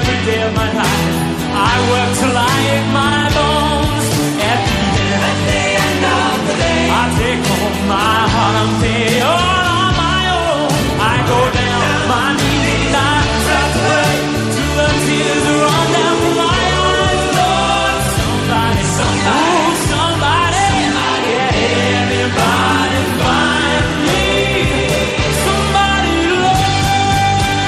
my life. I work till I ache my bones. At the end, At the end of the day, I take home my heart and pay all on my own. I go down on my knees and I try to pray till the tears run down my eyes. Lord, somebody, somebody, oh, somebody, somebody, everybody find me. Somebody love.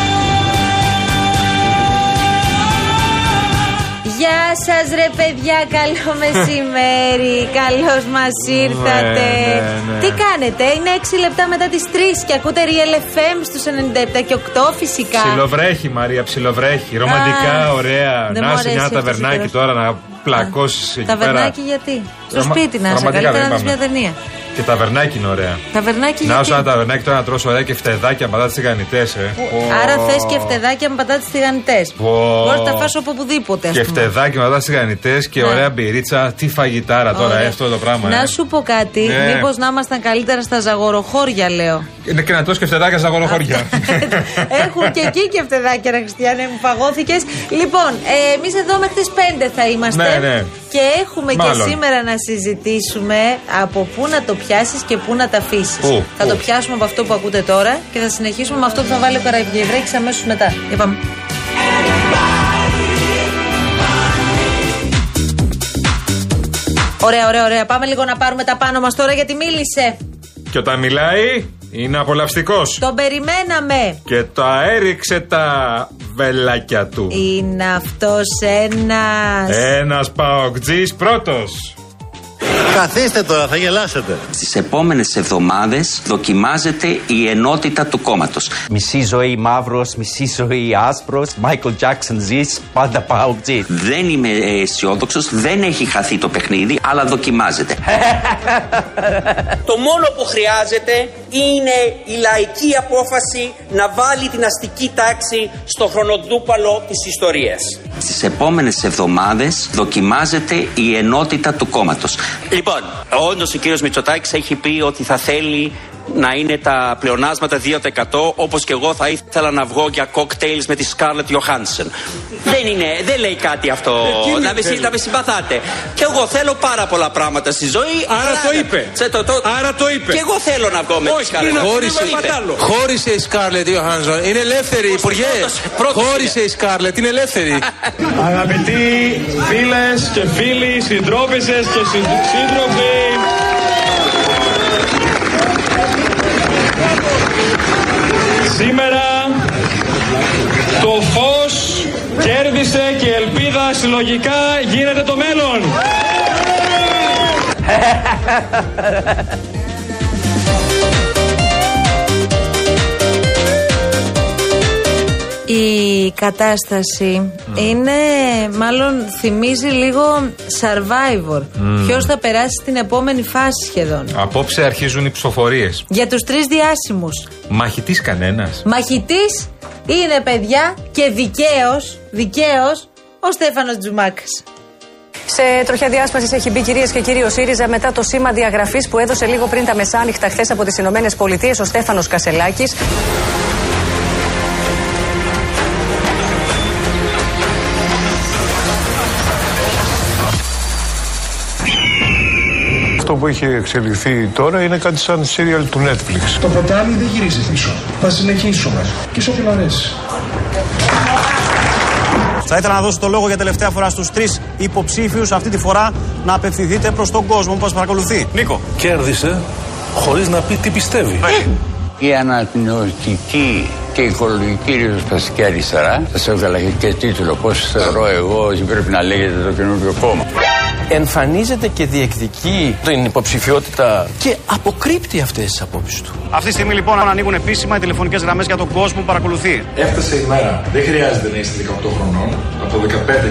Γεια σα, ρε παιδιά, καλό μεσημέρι. Καλώς μας ήρθατε. Ναι, ναι, ναι. Τι κάνετε, είναι 6 λεπτά μετά τις 3 και ακούτε Real FM στους 97 και 8 φυσικά. Ψιλοβρέχει, Μαρία, ψιλοβρέχει. Ρομαντικά, Α, ωραία. δεν Να μου είσαι αρέσει μια αυτός ο ταβερνάκι καιρός. τώρα να πλακώσεις εκεί πέρα. Ταβερνάκι γιατί. Στο Ρωμα- σπίτι να είσαι. ρομαντικά Καλύτερα δεν να δεις μια πάμε. ταινία. Και ταβερνάκι είναι ωραία. Ταβερνάκι Να όσο ένα γιατί. ταβερνάκι τώρα να τρώσω ωραία και φτεδάκια πατάτες τηγανιτές. Ε. Πω. Άρα θες και φτεδάκια με πατάτες τηγανιτές. Πω. Μπορείς να τα φάσω από οπουδήποτε. ας Και πούμε. φτεδάκι με πατάτες τηγανιτές και Ναι. ωραία μπυρίτσα. Τι φαγητάρα τώρα, Ωραία. ε, αυτό το πράγμα. Να ε. σου πω κάτι. Ναι. Μήπως να ήμασταν καλύτερα στα ζαγοροχώρια, λέω. Είναι και να τρώσει και φτεδάκια στα γονοχώρια. ναι. Έχουν και εκεί και φτεδάκια, ρε Χριστιανέ, μου φαγώθηκες. Λοιπόν, ε, εμείς εδώ μέχρι τις 5 θα είμαστε. Ναι, ναι. Και έχουμε Μάλλον. και σήμερα να συζητήσουμε από πού να το πιάσεις και πού να τα αφήσεις. Πού, Θα το πού. πιάσουμε από αυτό που ακούτε τώρα και θα συνεχίσουμε με αυτό που θα βάλει ο Καραγγευρέκη αμέσως μετά. Για πάμε. Ωραία, ωραία, ωραία. Πάμε λίγο να πάρουμε τα πάνω μας τώρα γιατί μίλησε. Και όταν μιλάει, είναι απολαυστικός. Τον περιμέναμε. Και τα έριξε τα βελάκια του. Είναι αυτός ένας. Ε. Ένας παοκτζής πρώτος. Καθίστε τώρα, θα γελάσετε. Στις επόμενες εβδομάδες δοκιμάζεται η ενότητα του κόμματος. Μισή ζωή μαύρος, μισή ζωή άσπρος, Μάικλ Τζάξον ζεις, πάντα πάω τζι. Δεν είμαι αισιόδοξος, δεν έχει χαθεί το παιχνίδι, αλλά δοκιμάζεται. Το μόνο που χρειάζεται είναι η λαϊκή απόφαση να βάλει την αστική τάξη στο χρονοτούπαλο της ιστορίας. Στις επόμενες εβδομάδες δοκιμάζεται η ενότητα του κόμματος. Λοιπόν, όντως ο κύριος Μητσοτάκης έχει πει ότι θα θέλει να είναι τα πλεονάσματα 2% όπως και εγώ θα ήθελα να βγω για κοκτέιλ με τη Σκάρλετ Johansson. δεν είναι, δεν λέει κάτι αυτό. Ε, να, με, συ- να με συμπαθάτε. Και εγώ θέλω πάρα πολλά πράγματα στη ζωή. Άρα αλλά- το είπε. Σε το, το- Άρα το είπε. Και εγώ θέλω να βγω με τη Όχι, Scarlett. πριν να Το χώρισε, είπε. χώρισε η Σκάρλετ Ιωάννζον. Είναι ελεύθερη, υπουργέ. πρώτος- πρώτος Χώρισε η Σκάρλετ, είναι ελεύθερη. Αγαπητοί φίλες και φίλοι, συντρόφισσες και συν- σύντροφοι, σήμερα το φως κέρδισε και η ελπίδα συλλογικά γίνεται το μέλλον. Η κατάσταση Mm. είναι, μάλλον θυμίζει λίγο survivor. Mm. Ποιος θα περάσει στην επόμενη φάση σχεδόν. Απόψε αρχίζουν οι ψηφοφορίες. Για τους τρεις διάσημους. Μαχητής κανένας. Μαχητής είναι παιδιά και δικαίως, δικαίως, ο Στέφανος Τζουμάκας. Σε τροχιά διάσπασης έχει μπει κυρίες και κύριοι ο ΣΥΡΙΖΑ μετά το σήμα διαγραφής που έδωσε λίγο πριν τα μεσάνυχτα χθες από τις Ηνωμένες Πολιτείες ο Στέφανος Κασελάκης. Αυτό που έχει εξελιχθεί τώρα είναι κάτι σαν σύριαλ του Netflix. Το ποτάμι δεν γυρίζει πίσω. Θα συνεχίσουμε. Και σε όποιον αρέσει. Θα ήθελα να δώσω το λόγο για τελευταία φορά στους τρεις υποψήφιους. Αυτή τη φορά να απευθυνθείτε προς τον κόσμο που μας παρακολουθεί. Νίκο. Κέρδισε χωρίς να πει τι πιστεύει. Η ανακοινωτική και οικολογική ριζοσπαστική αριστερά, σας έβγαλα και τίτλο πώς θεωρώ εγώ ότι πρέπει να λέγεται το καινούριο κόμμα. Εμφανίζεται και διεκδικεί την υποψηφιότητα και αποκρύπτει αυτές τις απόψεις του. Αυτή τη στιγμή λοιπόν ανοίγουν επίσημα οι τηλεφωνικές γραμμές για τον κόσμο που παρακολουθεί. Έφτασε η μέρα. Δεν χρειάζεται να είστε 18 χρονών. Από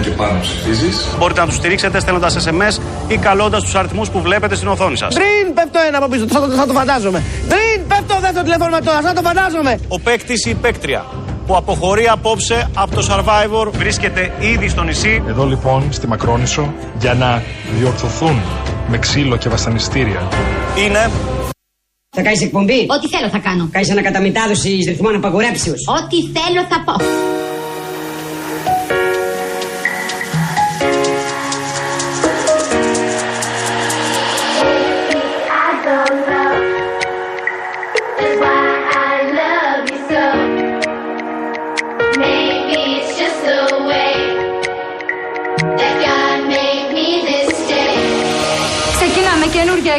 15 και πάνω ψηφίζεις. Μπορείτε να τους στηρίξετε στέλνοντας SMS ή καλώντας τους αριθμούς που βλέπετε στην οθόνη σας. Πριν πέφτω ένα από πίσω, θα το, θα το φαντάζομαι. Πριν πέφτω δεύτερο τηλέφωνο τώρα, θα το φαντάζομαι. Ο παίκτης ή η παίκτρια που αποχωρεί απόψε από το Survivor βρίσκεται ήδη στο νησί. Εδώ λοιπόν στη Μακρόνισο για να διορθωθούν με ξύλο και βασανιστήρια. Είναι Θα κάνεις εκπομπή. Ό,τι θέλω θα κάνω. Κάνεις ανακαταμετάδοση ρυθμών απαγορέψεω. Ό,τι θέλω θα πω. καινούργια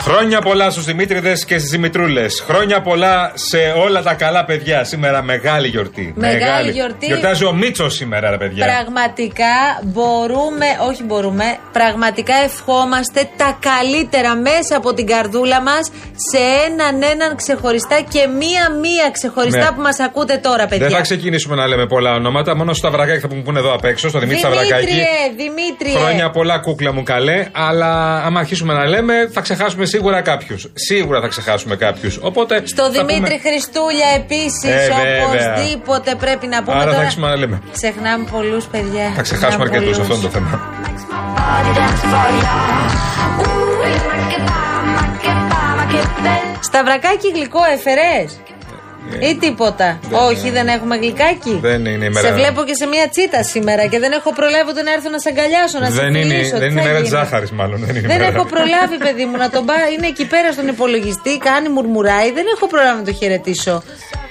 Χρόνια πολλά στους Δημήτριδες και στις Δημητρούλες. Χρόνια πολλά σε όλα τα καλά παιδιά. Σήμερα μεγάλη γιορτή. Μεγάλη γιορτή. Γιορτάζει ο Μίτσος σήμερα, ρε παιδιά. Πραγματικά μπορούμε, όχι μπορούμε, πραγματικά ευχόμαστε τα καλύτερα μέσα από την καρδούλα μας σε έναν έναν ξεχωριστά και μία-μία ξεχωριστά Ναι. που μας ακούτε τώρα, παιδιά. Δεν θα ξεκινήσουμε να λέμε πολλά ονόματα. Μόνο στο Σταυρακάκη θα πούμε που είναι εδώ απ' έξω, στο Δημήτρη Σταυρακάκη. Δημήτριε, Δημήτριε. Χρόνια πολλά, κούκλα μου καλέ. Αλλά άμα αρχίσουμε να λέμε, θα ξεχάσουμε σίγουρα κάποιου. Σίγουρα θα ξεχάσουμε κάποιους. Οπότε. Στο θα Δημήτρη πούμε- Χριστούλια επίσης, Ε, βέβαια. οπωσδήποτε πρέπει να πούμε Άρα θα τώρα. αρχίσουμε να λέμε. Ξεχνάμε πολλούς, παιδιά. Θα Ξεχνάμε ξεχάσουμε αρκετού. πολλούς. Αυτό είναι το θέμα. Σταυρακάκι γλυκό έφερε. Ή τίποτα. Όχι, δεν έχουμε γλυκάκι. Ε, Δεν είναι η μέρα. Σε βλέπω και σε μια τσίτα σήμερα και δεν έχω προλάβει ούτε να έρθω να σε αγκαλιάσω, να σε δεν είναι, φιλήσω. δεν Τι είναι η θα μέρα τη γίνει? ζάχαρη, μάλλον. Δεν, είναι η Δεν μέρα. έχω προλάβει, παιδί μου, να τον πάω. Είναι εκεί πέρα στον υπολογιστή, κάνει μουρμουράει. Δεν έχω προλάβει να το χαιρετήσω.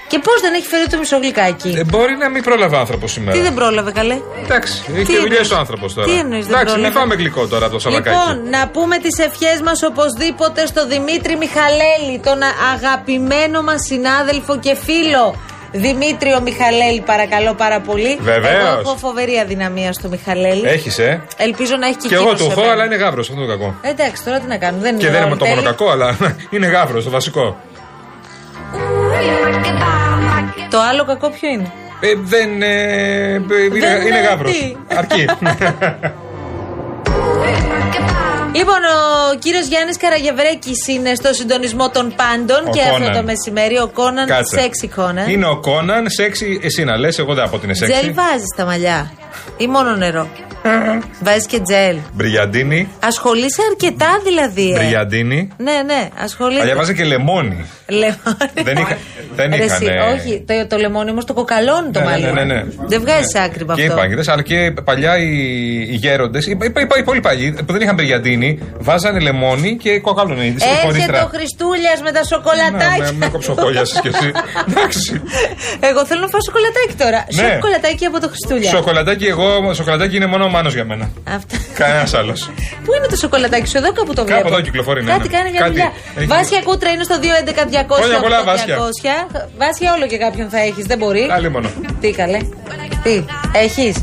Και πώς δεν έχει φέρει το μισό γλυκάκι. Ε, μπορεί να μην πρόλαβε άνθρωπος σήμερα. Τι δεν πρόλαβε, καλέ. Εντάξει, έχει Τι εννοείς? δουλειές ο άνθρωπος τώρα. Τι εννοείς, δεν Εντάξει, μην πρόλαβε. πάμε γλυκό τώρα από το σαβακάκι. Λοιπόν, να πούμε τις ευχές μας οπωσδήποτε στο Δημήτρη Μιχαλέλη, τον α- αγαπημένο μας συνάδελφο και φίλο. Δημήτριο Μιχαλέλη, παρακαλώ πάρα πολύ. Βεβαίως. Εγώ έχω φοβερή αδυναμία στο Μιχαλέλη. Έχεις, ε. Ελπίζω να έχει ναι. και Και εγώ εκείνος του έχω, εμένα. αλλά είναι γάβρος. Αυτό είναι το κακό. Ε, Εντάξει, τώρα τι να κάνουμε. Δεν Και είναι δεν όλοι είναι το μόνο τέλειοι. κακό, αλλά είναι γάβρος, το βασικό. Το άλλο κακό ποιο είναι. Ε, δεν. ε, ε, είναι Δεν είναι είναι γάβρος. τι. Αρκεί. Λοιπόν, ο κύριος Γιάννης Καραγευρέκης είναι στο συντονισμό των πάντων Ο και αυτό Conan. το μεσημέρι. Ο Κόναν Κάτσε. Σέξι Κόναν. Είναι ο Κόναν, σεξι. Εσύ να λες, εγώ δεν από την Τζέλ εσέξι. βάζει τα μαλλιά. Ή μόνο νερό. βάζεις και τζέλ. Μπριγιαντίνη. Ασχολείσαι αρκετά δηλαδή. Ε. Μπριγιαντίνη. Ναι, ναι, ασχολείσαι. Αλλά βάζει και λεμόνι. Λεμόνι. Δεν είχα- δεν Ρε είχαν, εσύ, ε, Όχι, το, το λεμόνι όμως το κοκαλώνει το Ναι, ναι, μαλλί. ναι, ναι, ναι. Δεν βγάζει άκρη με Και οι αυτό. πάγιδε, αλλά και παλιά οι, οι γέροντες, οι, οι, οι, οι πολλοί παγίδε που δεν είχαν μπριγιαντίνη, βάζανε λεμόνι και κοκαλώνε. Έρχεται ο Χριστούλιας με τα σοκολατάκια. Ναι, Με, με κοψοκόλια σας κι εσύ. Εντάξει. Εγώ θέλω να φάω σοκολατάκι τώρα. Ναι. Σοκολατάκι από το Χριστούλια. Σοκολατάκι, εγώ, σοκολατάκι είναι μόνο ο Μάνος για μένα. Αυτά. Κανένας άλλος. Πού είναι το σοκολατάκι σου, εδώ κάπου το βλέπω. εδώ κυκλοφορεί, ναι, Κάτι ναι. κάνει μια Κάτι δουλειά. έχει. Βάσια κούτρα είναι στο 211-200. Χρόνια πολλά, Βάσια. Βάσια όλο και κάποιον θα έχεις, δεν μπορεί. Άλλη μόνο. Τι καλέ. Τι, έχεις.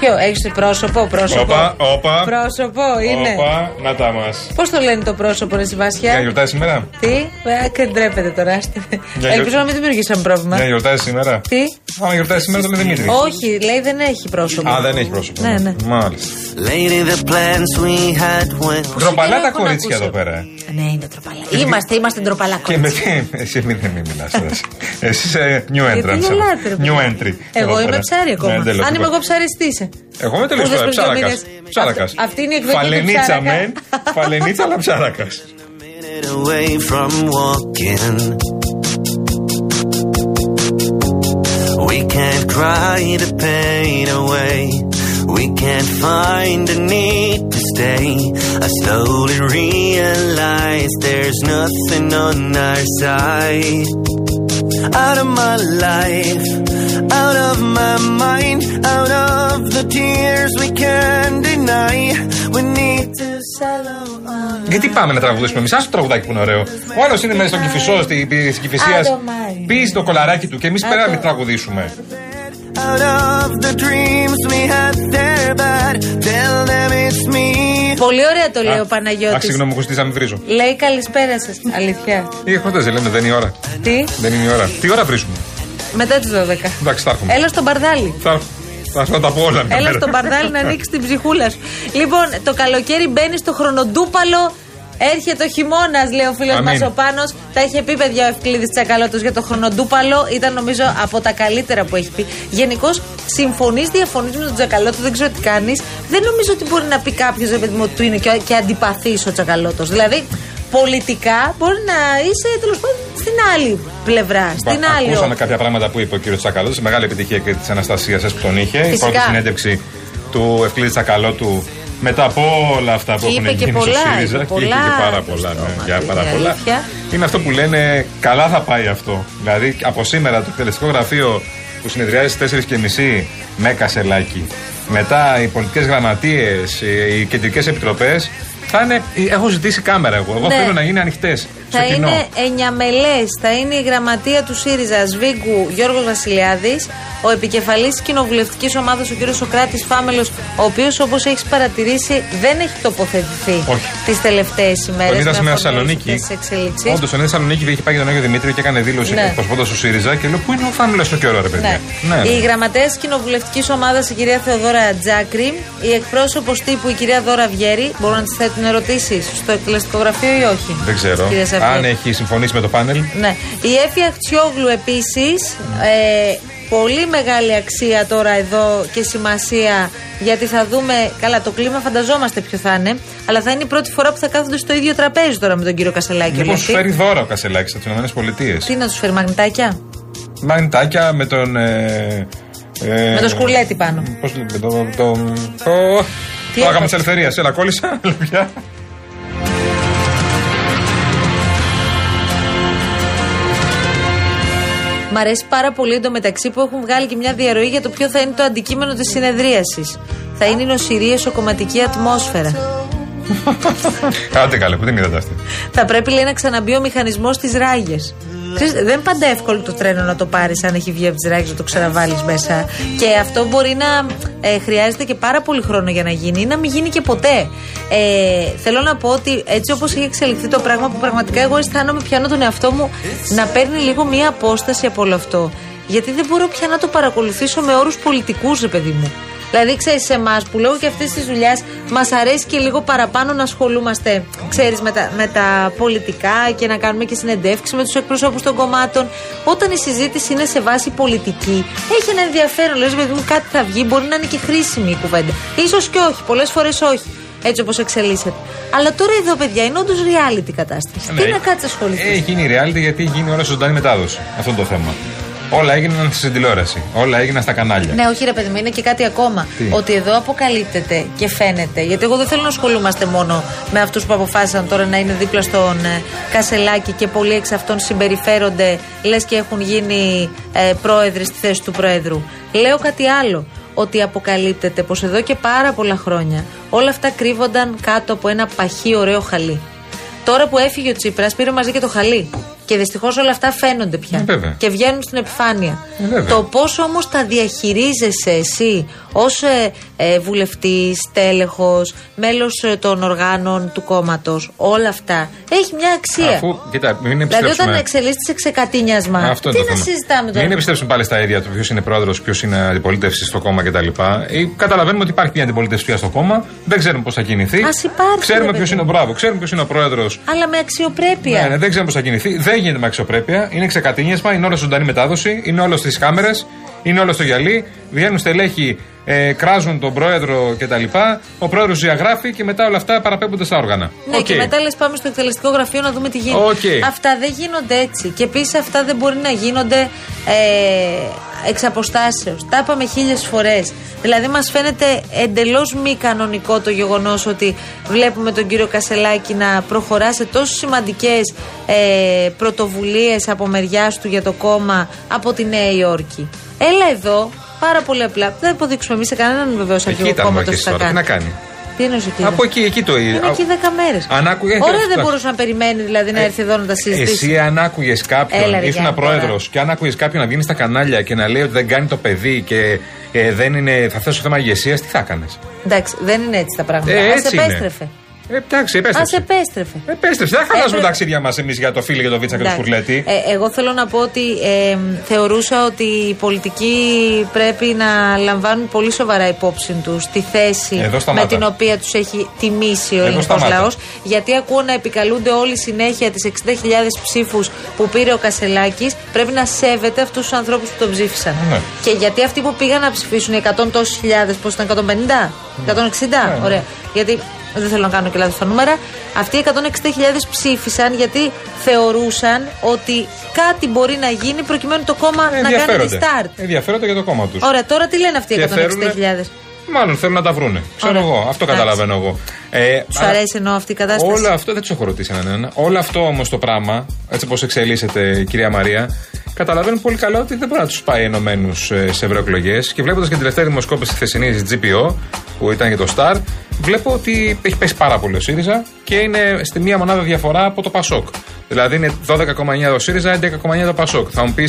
Ποιο, έχεις πρόσωπο, πρόσωπο. Όπα, όπα. Πρόσωπο είναι. Όπα, να τα μας. Πώς το λένε το πρόσωπο, ρε Βάσια. Για γιορτάζει σήμερα. Τι, ε, και ντρέπεται τώρα. άστε. Για Ελπίζω γιορτά- να μην δημιουργήσαμε πρόβλημα. Για γιορτάζει σήμερα. Τι. Άμα γιορτάζει σήμερα το λέει Δημήτρη. Όχι, λέει δεν έχει πρόσωπο. Α, δεν έχει πρόσωπο. Ναι, ναι. Μάλιστα. καιρό Ντροπαλά τα έχω να κορίτσια ακούσω. εδώ πέρα. ε. Ναι, είναι ντροπαλά. Είμαστε, είμαστε ντροπαλά Και με κορίτσια. τι. Εσύ μην μην μιλάς τώρα. Εσύ είσαι new entrance. γελάτε, ρε New Ε, παιδιά. entry. εδώ Εγώ είμαι πέρα. ψάρι ακόμα. Ναι, εντελώς, Αν είμαι τίποτα. εγώ ψαριστή. είσαι. Εγώ είμαι τελείω Που τώρα. δες πριν δύο Ψάρακα. μήνες. Ψάρακα. Αυτό- αυτή είναι η εκδοχή του Φαλενίτσα ψάρακα. μεν. Φαλενίτσα αλλά ψάρακα. away from walking. We can't cry the pain away. We can't find the need to stay. I slowly realize there's nothing on our side. Out of my life, out of my mind, out of the tears we can deny. We need to settle on. Γιατί πάμε να τραγουδήσουμε εμείς, το τραγουδάκι που είναι ωραίο. Ο άλλος είναι μέσα στον κυφισό, στην κυφυσία. Άντο, Μάρι. Πίζει το κολαράκι του και εμείς Άντο. πέρα να μην τραγουδήσουμε. out of the dreams we had there, but tell them it's me. Πολύ ωραία το λέει Α, ο Παναγιώτης. Αχ, συγγνώμη, μου να μην βρίζω. Λέει καλησπέρα σας. Αλήθεια. Οι χορτέ δεν λένε, δεν είναι η ώρα. Τι, Δεν είναι η ώρα. Τι ώρα βρίζουμε. μετά τις 12. Εντάξει, θα έρθουμε. Έλα στον παρδάλι. Θα έρθουμε. Θα έρθω να τα πω όλα. μια Έλα μέρα. στον παρδάλι να ανοίξει την ψυχούλα σου. Λοιπόν, το καλοκαίρι μπαίνει στο χρονοτούπαλο Έρχεται ο χειμώνας, λέει ο φίλος Αμήν. μας ο Πάνος. Τα είχε πει, παιδιά, ο Ευκλήδης Τσακαλώτος για το χρονοτούπαλο. Ήταν, νομίζω, από τα καλύτερα που έχει πει. Γενικώς, συμφωνείς, διαφωνείς με τον Τσακαλώτο, δεν ξέρω τι κάνεις. Δεν νομίζω ότι μπορεί να πει κάποιος, ρε παιδί μου, ότι του είναι και, και αντιπαθής ο Τσακαλώτος. Δηλαδή, πολιτικά μπορεί να είσαι τέλος πάντων στην άλλη πλευρά. Στην Μπα- άλλη. Ακούσαμε όχθη. κάποια πράγματα που είπε ο κύριος Τσακαλώτο. Μεγάλη επιτυχία και της Αναστασίας σας που τον είχε. Η Φυσικά. πρώτη συνέντευξη του Ευκλήδη Τσακαλώτου μετά από όλα αυτά που Και έχουν είπε και γίνει στο πολλά, ΣΥΡΙΖΑ. είπε Και είπε πολλά και πάρα στο πολλά. ναι, στόμα για του, πάρα είναι πολλά. αλήθεια. Είναι αυτό που λένε καλά θα πάει αυτό. Δηλαδή από σήμερα το εκτελεστικό γραφείο που συνεδριάζει στις 4.30 με κασελάκι. Μετά οι πολιτικές γραμματείες, οι κεντρικές επιτροπές. Θα είναι, έχω ζητήσει κάμερα εγώ. Εγώ Ναι. θέλω να είναι ανοιχτές. Θα είναι εννιαμελές. Θα είναι η γραμματεία του ΣΥΡΙΖΑ Σβίγκου Γιώργος Βασιλιάδης, ο επικεφαλής τη κοινοβουλευτικής ομάδας, ο κ. Σοκράτης Φάμελος, ο οποίος όπως έχεις παρατηρήσει δεν έχει τοποθετηθεί τις τελευταίες ημέρε. Τον είδα σήμερα στη Θεσσαλονίκη. Όντως, ο Νέα Θεσσαλονίκη είχε πάει και τον Άγιο Δημήτρη και έκανε δήλωση Ναι. ναι. εκπροσωπώντα του ΣΥΡΙΖΑ και λέω Πού είναι ο Φάμιλο στο καιρό, ρε παιδιά. Ναι. Η γραμματέα τη κοινοβουλευτικής ομάδας, η κυρία Θεοδόρα Τζάκρη, η εκπρόσωπος τύπου, η κυρία Δώρα Βιέρη, μπορούν να τη θέτουν ερωτήσεις στο εκτελεστικό γραφείο ή όχι. Δεν ξέρω. Κυρία Σαφιέ. Αν έχει συμφωνήσει με το πάνελ. Ναι. Η Εφη Αχτσιόγλου επίσης. Ε, πολύ μεγάλη αξία τώρα εδώ και σημασία γιατί θα δούμε. Καλά, το κλίμα φανταζόμαστε ποιο θα είναι. Αλλά θα είναι η πρώτη φορά που θα κάθονται στο ίδιο τραπέζι τώρα με τον κύριο Κασελάκη. Λοιπόν, όλοι σου αυτοί. φέρει δώρα ο Κασελάκης από τις ΗΠΑ. Τι να τους φέρει, μαγνητάκια. Ναι. Μαγνητάκια με τον. Ε, ε, Με το σκουλέτι πάνω. Πώς λέγεται. Το. το, το, το άγαμα της ελευθερίας. Έλα, κόλλησα. Λεπιά. Μ' αρέσει πάρα πολύ εντωμεταξύ που έχουν βγάλει και μια διαρροή για το ποιο θα είναι το αντικείμενο της συνεδρίασης. Θα είναι η νοσηρία σοκοματική ατμόσφαιρα. Άντε καλέ, που την είδατε αυτή. Θα πρέπει λέει να ξαναμπεί ο μηχανισμός στι ράγε. δεν είναι πάντα εύκολο το τρένο να το πάρεις αν έχει βγει από τις ράγε να το ξαναβάλεις μέσα. Και αυτό μπορεί να ε, χρειάζεται και πάρα πολύ χρόνο για να γίνει ή να μην γίνει και ποτέ. Ε, θέλω να πω ότι έτσι όπως έχει εξελιχθεί το πράγμα που πραγματικά εγώ αισθάνομαι πιάνω τον εαυτό μου να παίρνει λίγο μία απόσταση από όλο αυτό. Γιατί δεν μπορώ πια να το παρακολουθήσω με όρους πολιτικούς, ρε παιδί μου. Δηλαδή, ξέρεις, σε εμάς που λόγω και αυτής της δουλειάς μας αρέσει και λίγο παραπάνω να ασχολούμαστε, ξέρεις, με, τα- με τα πολιτικά και να κάνουμε και συνεντεύξεις με τους εκπροσώπους των κομμάτων. Όταν η συζήτηση είναι σε βάση πολιτική, έχει ένα ενδιαφέρον. Λες, παιδί μου, κάτι θα βγει, μπορεί να είναι και χρήσιμη η κουβέντα. σω και όχι, πολλές φορές όχι. Έτσι όπως εξελίσσεται. Αλλά τώρα εδώ, παιδιά, είναι όντως reality η κατάσταση. Ναι. Τι να κάτσεις ασχοληθεί. Έχει γίνει reality γιατί έχει γίνει όλα ζωντανή μετάδοση. Αυτό είναι το θέμα. Όλα έγιναν στην τηλεόραση. Όλα έγιναν στα κανάλια. Ναι, όχι ρε παιδί μου, είναι και κάτι ακόμα. Τι? Ότι εδώ αποκαλύπτεται και φαίνεται. Γιατί εγώ δεν θέλω να ασχολούμαστε μόνο με αυτούς που αποφάσισαν τώρα να είναι δίπλα στον ε, Κασελάκη και πολλοί εξ αυτών συμπεριφέρονται, λες και έχουν γίνει ε, πρόεδροι στη θέση του πρόεδρου. Λέω κάτι άλλο. Ότι αποκαλύπτεται πως εδώ και πάρα πολλά χρόνια όλα αυτά κρύβονταν κάτω από ένα παχύ ωραίο χαλί. Τώρα που έφυγε ο Τσίπρας, πήρε μαζί και το χαλί. Και δυστυχώς όλα αυτά φαίνονται πια. Ε, βέβαια. και βγαίνουν στην επιφάνεια. Ε, βέβαια. Το πόσο όμως τα διαχειρίζεσαι εσύ ως ε, ε, βουλευτής, τέλεχος, μέλος ε, των οργάνων του κόμματος, όλα αυτά, έχει μια αξία. Αφού, κοίτα, μην Δηλαδή όταν επιστρέψουμε. εξελίσσεται σε κατίνιασμα, Αυτό τι είναι το να θέμα. συζητάμε τώρα. Μην επιστρέψουν πάλι στα ίδια του ποιος είναι πρόεδρος, ποιος είναι αντιπολίτευση στο κόμμα κτλ. Ε, Καταλαβαίνουμε ότι υπάρχει μια αντιπολίτευση στο κόμμα, δεν ξέρουμε πώς θα κινηθεί. Ας υπάρχει, Ξέρουμε ρε ποιος παιδί. είναι ο μπράβο, ξέρουμε ποιος είναι ο πρόεδρος. Αλλά με αξιοπρέπεια. Ναι, ναι, δεν ξέρουμε πώς θα κινηθεί. Δεν γίνεται με αξιοπρέπεια. Είναι ξεκατίνιασμα, είναι όλο ζωντανή μετάδοση, είναι όλος στις κάμερες, είναι όλο στο γυαλί. Βγαίνουν στελέχοι, ε, κράζουν τον πρόεδρο κτλ. Ο πρόεδρος διαγράφει και μετά όλα αυτά παραπέμπονται στα όργανα. Ναι, Οκ. και μετά λες πάμε στο εκτελεστικό γραφείο να δούμε τι γίνεται. Οκ. Αυτά δεν γίνονται έτσι. Και επίσης αυτά δεν μπορεί να γίνονται ε, εξ αποστάσεως. Τα είπαμε χίλιες φορές. Δηλαδή, μας φαίνεται εντελώς μη κανονικό το γεγονός ότι βλέπουμε τον κύριο Κασελάκη να προχωρά σε τόσο σημαντικές ε, πρωτοβουλίες από μεριά του για το κόμμα από τη Νέα Υόρκη. Έλα εδώ, πάρα πολύ απλά. Δεν θα υποδείξουμε εμείς σε κανέναν βεβαίως Εκεί αρχηγό ήταν κόμματο Μαρκή τι θα Ε, τώρα. Τι κάνει. να κάνει. Τι εννοείς εκεί. Από ήταν? εκεί, εκεί το Είναι εκεί 10 μέρες. Αν άκουγε- Ωραία, δεν εντάξει. Ε, μπορούσε να περιμένει δηλαδή να έρθει εδώ να τα συζητήσει. Εσύ αν άκουγες Έλα, κάποιον, ρε, ήσουν Γιάννη, πρόεδρος τώρα. και αν άκουγες κάποιον να βγαίνει στα κανάλια και να λέει ότι δεν κάνει το παιδί και ε, δεν είναι, θα θέσω θέμα ηγεσίας, τι θα έκανες. Εντάξει, δεν είναι έτσι τα πράγματα. Ε, Ας έτσι είναι. επέστρεφε. Ε, εντάξει, Α επέστρεψε. επέστρεφε. Επέστρεψε. Δεν χαλάζουμε Ε, τα ταξίδια μας εμείς για το φίλο και το βίτσα και το Εντάξει. σκουρλέτη. Ε, εγώ θέλω να πω ότι ε, θεωρούσα ότι οι πολιτικοί πρέπει να λαμβάνουν πολύ σοβαρά υπόψη τους τη θέση Εδώ σταμάτα. με την οποία τους έχει τιμήσει ο Εδώ ελληνικός σταμάτα. λαός. Γιατί ακούω να επικαλούνται όλοι συνέχεια τις 60.000 ψήφους που πήρε ο Κασελάκης. Πρέπει να σέβεται αυτούς τους ανθρώπους που τον ψήφισαν. Ναι. Και γιατί αυτοί που πήγαν να ψηφίσουν οι 100 τόσε χιλιάδες, πώς ήταν, 150, 160, ναι. ωραία. Γιατί δεν θέλω να κάνω και λάθος τα νούμερα. Αυτοί οι 160.000 ψήφισαν γιατί θεωρούσαν ότι κάτι μπορεί να γίνει προκειμένου το κόμμα να κάνει Ε, Ενδιαφέρονται. restart. ενδιαφέρονται για το κόμμα τους. Ωραία, τώρα τι λένε αυτοί οι Και 160.000. θέλουνε- Μάλλον θέλουν να τα βρούνε. Ξέρω Ωραία. εγώ. Αυτό Εντάξει. καταλαβαίνω εγώ. Ε, Σου άρα- αρέσει εννοώ αυτή η κατάσταση. Όλο αυτό δεν του έχω ρωτήσει έναν ένα. Όλο αυτό όμως το πράγμα, έτσι όπως εξελίσσεται η κυρία Μαρία, καταλαβαίνω πολύ καλά ότι δεν μπορεί να τους πάει ενωμένους σε ευρωεκλογές. Και βλέποντας και την τελευταία δημοσκόπηση χθεσινής της GPO, που ήταν για το Star, βλέπω ότι έχει πέσει πάρα πολύ ο ΣΥΡΙΖΑ και είναι στη μία μονάδα διαφορά από το ΠΑΣΟΚ. Δηλαδή είναι 12,9 το ΣΥΡΙΖΑ, 11,9 το ΠΑΣΟΚ. Θα μου πεις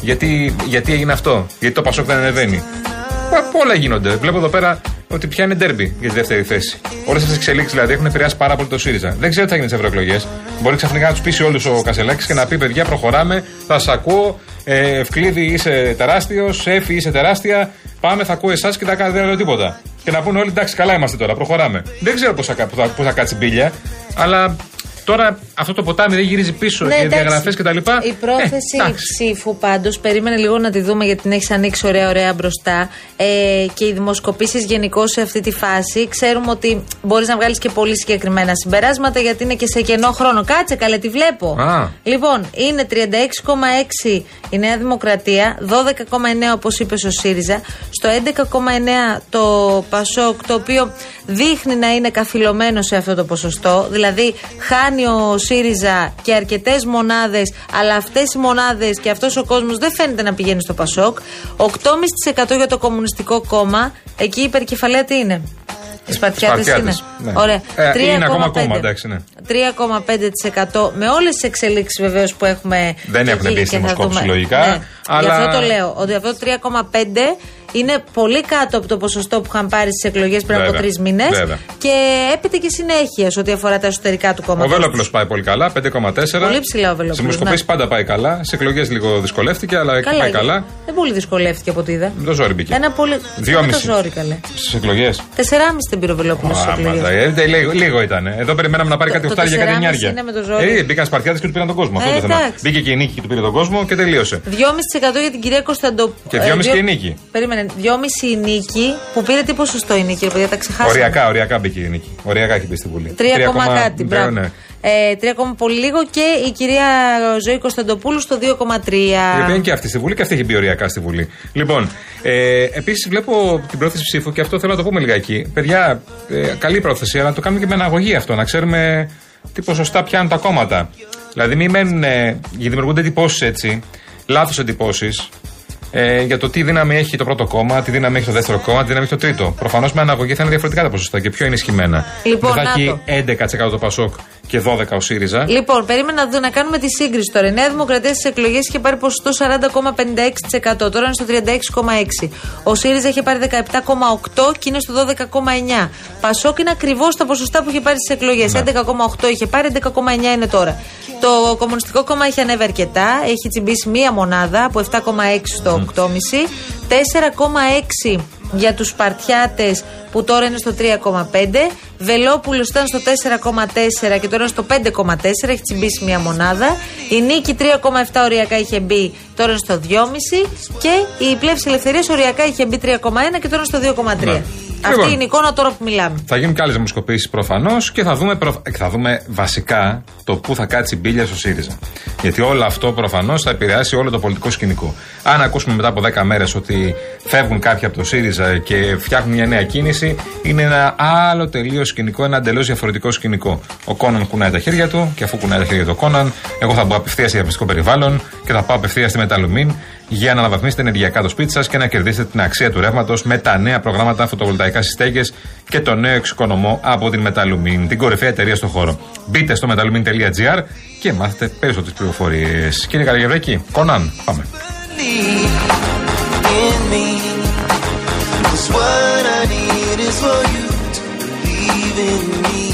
γιατί, γιατί έγινε αυτό, γιατί το ΠΑΣΟΚ δεν ανεβαίνει. Πο- Πολλά γίνονται. Βλέπω εδώ πέρα ότι πια είναι ντέρμπι για τη δεύτερη θέση. Όλες αυτές τι εξελίξεις δηλαδή έχουν επηρεάσει πάρα πολύ το ΣΥΡΙΖΑ. Δεν ξέρω τι θα γίνει στις ευρωεκλογές. Μπορεί ξαφνικά να τους πείσει όλους ο Κασελάκης και να πει: Παιδιά, προχωράμε, θα σα ακούω. Ε, Ευκλήδη είσαι τεράστιος, Σέφη είσαι τεράστια. Πάμε, θα ακούω εσάς και θα κάνετε δεν λέω τίποτα. Και να πούνε όλοι: Εντάξει, καλά είμαστε τώρα, προχωράμε. Δεν ξέρω πώς θα, κα- που θα, που θα κάτσει μπίλια, αλλά τώρα αυτό το ποτάμι δεν γυρίζει πίσω Ναι, για εντάξει. διαγραφές κτλ. Η Ε, πρόθεση ψήφου πάντως, περίμενε λίγο να τη δούμε γιατί την έχεις ανοίξει ωραία-ωραία μπροστά. Ε, και οι δημοσκοπήσεις γενικώ σε αυτή τη φάση ξέρουμε ότι μπορείς να βγάλεις και πολύ συγκεκριμένα συμπεράσματα γιατί είναι και σε κενό χρόνο. Κάτσε, καλέ, τη βλέπω. Α. Λοιπόν, είναι 36,6 η Νέα Δημοκρατία, 12,9 όπως είπες ο ΣΥΡΙΖΑ, στο 11,9 το ΠΑΣΟΚ, το οποίο δείχνει να είναι καθυλωμένο σε αυτό το ποσοστό. Δηλαδή, χάνει ο ΣΥΡΙΖΑ και αρκετές μονάδες, αλλά αυτές οι μονάδες και αυτός ο κόσμος δεν φαίνεται να πηγαίνει στο ΠΑΣΟΚ. 8,5% για το Κομμουνιστικό Κόμμα, εκεί η υπερκεφαλαία τι είναι. Οι σπαρτιάτες είναι. Σπαρτιάτες, Ε, ναι. Ωραία. Ε, είναι ακόμα 3,5. κόμμα, εντάξει, ναι. 3,5% με όλες τις εξελίξεις βεβαίως που έχουμε. Δεν και έχουν εκεί μπει στη και θα δημοσκόπηση δούμε. λογικά, Ναι. αλλά- Γι' αυτό το λέω. Ότι αυτό το 3,5% είναι πολύ κάτω από το ποσοστό που είχαν πάρει στις εκλογές πριν από Βέβαια. τρεις μήνες. Βέβαια. Και έπεται και συνέχεια σε ό,τι αφορά τα εσωτερικά του Ο κόμματο. Βέλοπλο πάει πολύ καλά, 5,4. Πολύ ψηλά ο Βελόπουλος, Σε δημοσκοπήσει ναι. πάντα πάει καλά. Σε εκλογές λίγο δυσκολεύτηκε, αλλά εκεί πάει καλά. Δεν πολύ δυσκολεύτηκε από ό,τι είδα. Με το ζόρι μπήκε. Ένα πολύ. Δυόμιση. Δεν το ζόρι καλέ. Στις εκλογές. 4,5 δεν πήρε ο Βελόπουλος στις εκλογέ. Λίγο, ε, λίγο ήταν. Εδώ περιμέναμε να πάρει κάτι το οχτάρι για κάτι 4,5 εννιάρια. είναι με το ζόρι. Ε, μπήκαν σπαρτιάτες και του πήραν τον κόσμο. Ε, Αυτό το θέμα. εντάξει. Μπήκε και η νίκη και του πήρε τον κόσμο και τελείωσε. 2,5% για την κυρία Κωνσταντοπούλου. Και 2,5 και η νίκη. Περίμενε. 2,5 η νίκη που πήρε τι ποσοστό η νίκη, ρε παιδιά, τα ξεχάσαμε. Οριακά, οριακά μπήκε η νίκη. Οριακά έχει μπει στη Βουλή. 3, κάτι. ναι, Μπράβο. ναι. Ε, 3, πολύ λίγο και η κυρία Ζωή Κωνσταντοπούλου στο 2,3. Η οποία είναι και αυτή στη Βουλή και αυτή έχει μπει οριακά στη Βουλή. Λοιπόν, ε, επίσης βλέπω την πρόθεση ψήφου και αυτό θέλω να το πούμε λιγάκι. Παιδιά, ε, καλή πρόθεση, αλλά να το κάνουμε και με αναγωγή αυτό, να ξέρουμε τι ποσοστά πιάνουν τα κόμματα. Δηλαδή, μην μένουν. Ε, γιατί δημιουργούνται εντυπώσεις έτσι, λάθος εντυπώσεις. Ε, για το τι δύναμη έχει το πρώτο κόμμα, τι δύναμη έχει το δεύτερο κόμμα, τι δύναμη έχει το τρίτο. Προφανώς με αναγωγή θα είναι διαφορετικά τα ποσοστά και πιο ενισχυμένα. Λοιπόν, Δεν θα να έχει 11% το Πασόκ και 12% ο ΣΥΡΙΖΑ. Λοιπόν, περίμενα να, δω, να κάνουμε τη σύγκριση τώρα. Η Νέα Δημοκρατία στις εκλογές είχε πάρει ποσοστό 40,56%. Τώρα είναι στο 36,6%. Ο ΣΥΡΙΖΑ είχε πάρει 17,8% και είναι στο 12,9%. Πασόκ είναι ακριβώς τα ποσοστά που είχε πάρει στις εκλογές. Ναι. 11,8% είχε πάρει, 11,9% είναι τώρα. Το Κομμουνιστικό Κόμμα έχει ανέβει αρκετά. Έχει τσιμπήσει μία μονάδα από 7,6% στο 8,5%. 4,6% για τους Σπαρτιάτες που τώρα είναι στο 3,5. Βελόπουλος ήταν στο 4,4 και τώρα είναι στο 5,4. Έχει τσιμπήσει μια μονάδα. Η Νίκη 3,7 οριακά είχε μπει, τώρα είναι στο 2,5. Και η Πλεύση Ελευθερίας οριακά είχε μπει 3,1 και τώρα είναι στο 2,3. Ναι. Αυτή Λοιπόν. είναι η εικόνα τώρα που μιλάμε. Θα γίνουν και άλλες δημοσκοπήσεις προφανώς και θα δούμε, προ- θα δούμε βασικά το πού θα κάτσει η μπίλια στο ΣΥΡΙΖΑ. Γιατί όλο αυτό προφανώς θα επηρεάσει όλο το πολιτικό σκηνικό. Αν ακούσουμε μετά από 10 μέρες ότι φεύγουν κάποιοι από το ΣΥΡΙΖΑ και φτιάχνουν μια νέα κίνηση, είναι ένα άλλο τελείως σκηνικό, ένα εντελώς διαφορετικό σκηνικό. Ο Κόναν κουνάει τα χέρια του και αφού κουνάει τα χέρια του ο Κόναν, εγώ θα μπω απευθείας σε διαφημιστικό περιβάλλον και θα πάω απευθείας στη Μεταλουμίν για να αναβαθμίσετε ενεργειακά το σπίτι σας και να κερδίσετε την αξία του ρεύματος με τα νέα προγράμματα φωτοβολταϊκά στι στέγε και το νέο εξοικονομό από την Μεταλουμίν, την κορυφαία εταιρεία στον χώρο. Μπείτε στο metalumin.gr και μάθετε περισσότερες πληροφορίες. Κύριε Καραγευρέκη, Κόναν, πάμε. in me. 'Cause what I need is for you to believe in me.